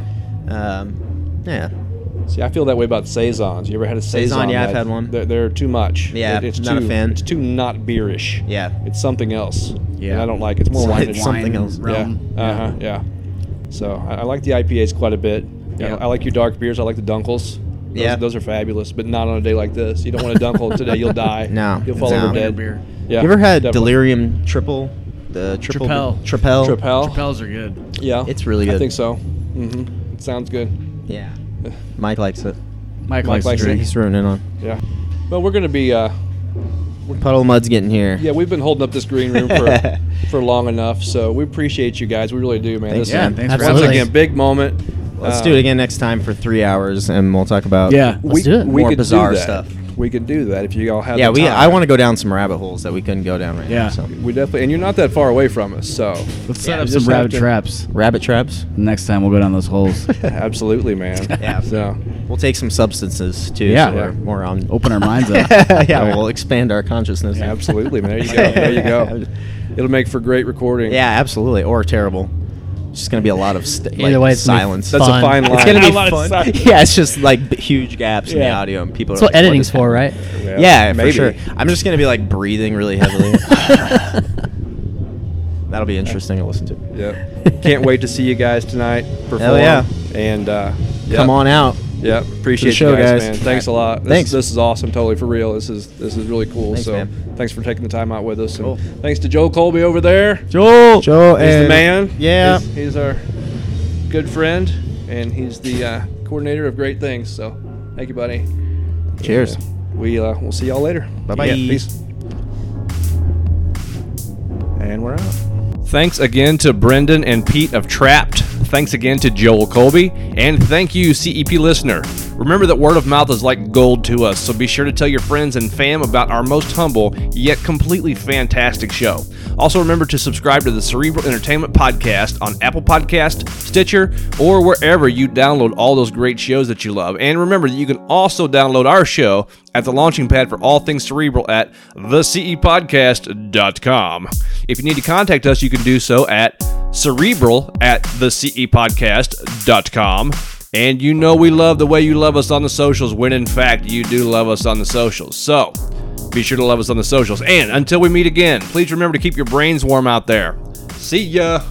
Speaker 2: Um, yeah.
Speaker 5: See, I feel that way about saisons. You ever had a saison?
Speaker 2: yeah, I've
Speaker 5: that-
Speaker 2: had one.
Speaker 5: They're, they're too much.
Speaker 2: Yeah,
Speaker 5: It-
Speaker 2: not a
Speaker 5: too,
Speaker 2: fan.
Speaker 5: It's too not beerish.
Speaker 2: Yeah.
Speaker 5: it's something else.
Speaker 4: Yeah.
Speaker 5: and I don't like it. It's more
Speaker 2: It's
Speaker 5: wine.
Speaker 2: like
Speaker 5: and-
Speaker 2: wine something else.
Speaker 5: Yeah,
Speaker 4: realm.
Speaker 5: uh huh. Yeah. So I, I like the IPAs quite a bit. Yeah,
Speaker 2: Yeah.
Speaker 5: I like your dark beers. I like the Dunkels. Those,
Speaker 2: Yeah.
Speaker 5: those are fabulous, but not on a day like this. You don't want a Dunkel today; you'll die.
Speaker 2: No,
Speaker 5: you'll fall
Speaker 2: no.
Speaker 5: over dead.
Speaker 4: Beer.
Speaker 5: Yeah,
Speaker 2: you ever had
Speaker 5: definitely.
Speaker 2: delirium triple? The triple
Speaker 4: Tripel.
Speaker 2: Tripel.
Speaker 5: Tripel?
Speaker 4: Tripels are good.
Speaker 5: Yeah,
Speaker 2: It's really
Speaker 5: I
Speaker 2: good.
Speaker 5: think so. Mm-hmm. It sounds good.
Speaker 2: Yeah. Mike likes it.
Speaker 5: Mike
Speaker 4: Mike, likes,
Speaker 5: likes
Speaker 4: to
Speaker 5: it.
Speaker 4: drink.
Speaker 2: He's ruining on.
Speaker 5: Yeah. Well, we're gonna be uh,
Speaker 2: Puddle of mud's getting here.
Speaker 5: Yeah, we've been holding up this green room for for long enough, so we appreciate you guys. We really do, man.
Speaker 2: Thanks,
Speaker 5: this
Speaker 4: Yeah,
Speaker 5: is
Speaker 4: thanks for
Speaker 5: once
Speaker 1: Absolutely.
Speaker 5: again big moment.
Speaker 2: Let's
Speaker 5: Uh,
Speaker 2: do it again next time for three hours, and we'll talk about
Speaker 4: Yeah.
Speaker 1: Let's do it.
Speaker 5: We
Speaker 2: More
Speaker 5: could
Speaker 2: bizarre
Speaker 5: do that.
Speaker 2: stuff.
Speaker 5: We could do that if you all have.
Speaker 2: yeah.
Speaker 5: the
Speaker 2: We
Speaker 5: time.
Speaker 2: I want to go down some rabbit holes that we couldn't go down right now.
Speaker 4: Yeah.
Speaker 2: So.
Speaker 5: We definitely, and you're not that far away from us, so
Speaker 4: Let's
Speaker 5: Yeah,
Speaker 4: set
Speaker 5: you
Speaker 4: up some
Speaker 5: just have
Speaker 4: rabbit
Speaker 5: to-
Speaker 4: traps.
Speaker 2: Rabbit traps.
Speaker 4: Next time we'll go down those holes.
Speaker 5: absolutely, man.
Speaker 2: Yeah.
Speaker 5: So
Speaker 2: We'll take some substances too.
Speaker 4: Yeah.
Speaker 2: So we're more on.
Speaker 4: Open our minds up.
Speaker 2: yeah. We'll expand our consciousness.
Speaker 5: absolutely, man. There you go. There you go. It'll make for great recording.
Speaker 2: Yeah, absolutely. Or terrible. It's just gonna be a lot of st-
Speaker 1: Either
Speaker 2: like,
Speaker 1: way, it's gonna be
Speaker 2: silence.
Speaker 5: That's
Speaker 1: Fun.
Speaker 5: a fine line.
Speaker 2: It's gonna be
Speaker 5: A lot of
Speaker 2: fun.
Speaker 5: silence.
Speaker 2: Yeah, it's just like b- huge gaps in the
Speaker 5: Yeah.
Speaker 2: audio, and people.
Speaker 1: That's
Speaker 2: are
Speaker 1: what
Speaker 2: like,
Speaker 1: editing's
Speaker 2: is
Speaker 1: for,
Speaker 2: happening?
Speaker 1: right?
Speaker 2: Yeah,
Speaker 5: maybe.
Speaker 2: for sure. I'm just gonna be like breathing really heavily. That'll be interesting to listen to.
Speaker 3: Yep. Can't wait to see you guys tonight. Perform.
Speaker 2: yeah.
Speaker 3: And uh, yep.
Speaker 2: Come on out.
Speaker 3: Yep. Appreciate
Speaker 2: show,
Speaker 3: you guys,
Speaker 2: guys.
Speaker 3: man. Thanks a lot. This,
Speaker 2: Thanks.
Speaker 3: This is awesome. Totally for real. This is this is really cool.
Speaker 2: Thanks,
Speaker 3: so
Speaker 2: man.
Speaker 3: thanks for taking the time out with us. And
Speaker 2: Cool.
Speaker 3: Thanks to Joel Colby over there.
Speaker 2: Joel. Joel
Speaker 3: He's
Speaker 2: and
Speaker 3: the man.
Speaker 2: Yeah.
Speaker 3: He's, he's our good friend, and he's the uh, coordinator of great things. So, thank you, buddy.
Speaker 2: Cheers.
Speaker 3: We uh, we'll see y'all later.
Speaker 2: Bye-bye.
Speaker 3: peace. And we're out.
Speaker 5: Thanks again to Brendan and Pete of Trapped. Thanks again to Joel Colby. And thank you, CEP listener. Remember that word of mouth is like gold to us, so be sure to tell your friends and fam about our most humble, yet completely fantastic show. Also, remember to subscribe to the Cerebral Entertainment Podcast on Apple Podcast, Stitcher, or wherever you download all those great shows that you love. And remember that you can also download our show at the launching pad for all things cerebral at E thecepodcast.com. If you need to contact us, you can do so at cerebral at E thecepodcast.com. And you know we love the way you love us on the socials when in fact you do love us on the socials. So be sure to love us on the socials. And until we meet again, please remember to keep your brains warm out there. See ya!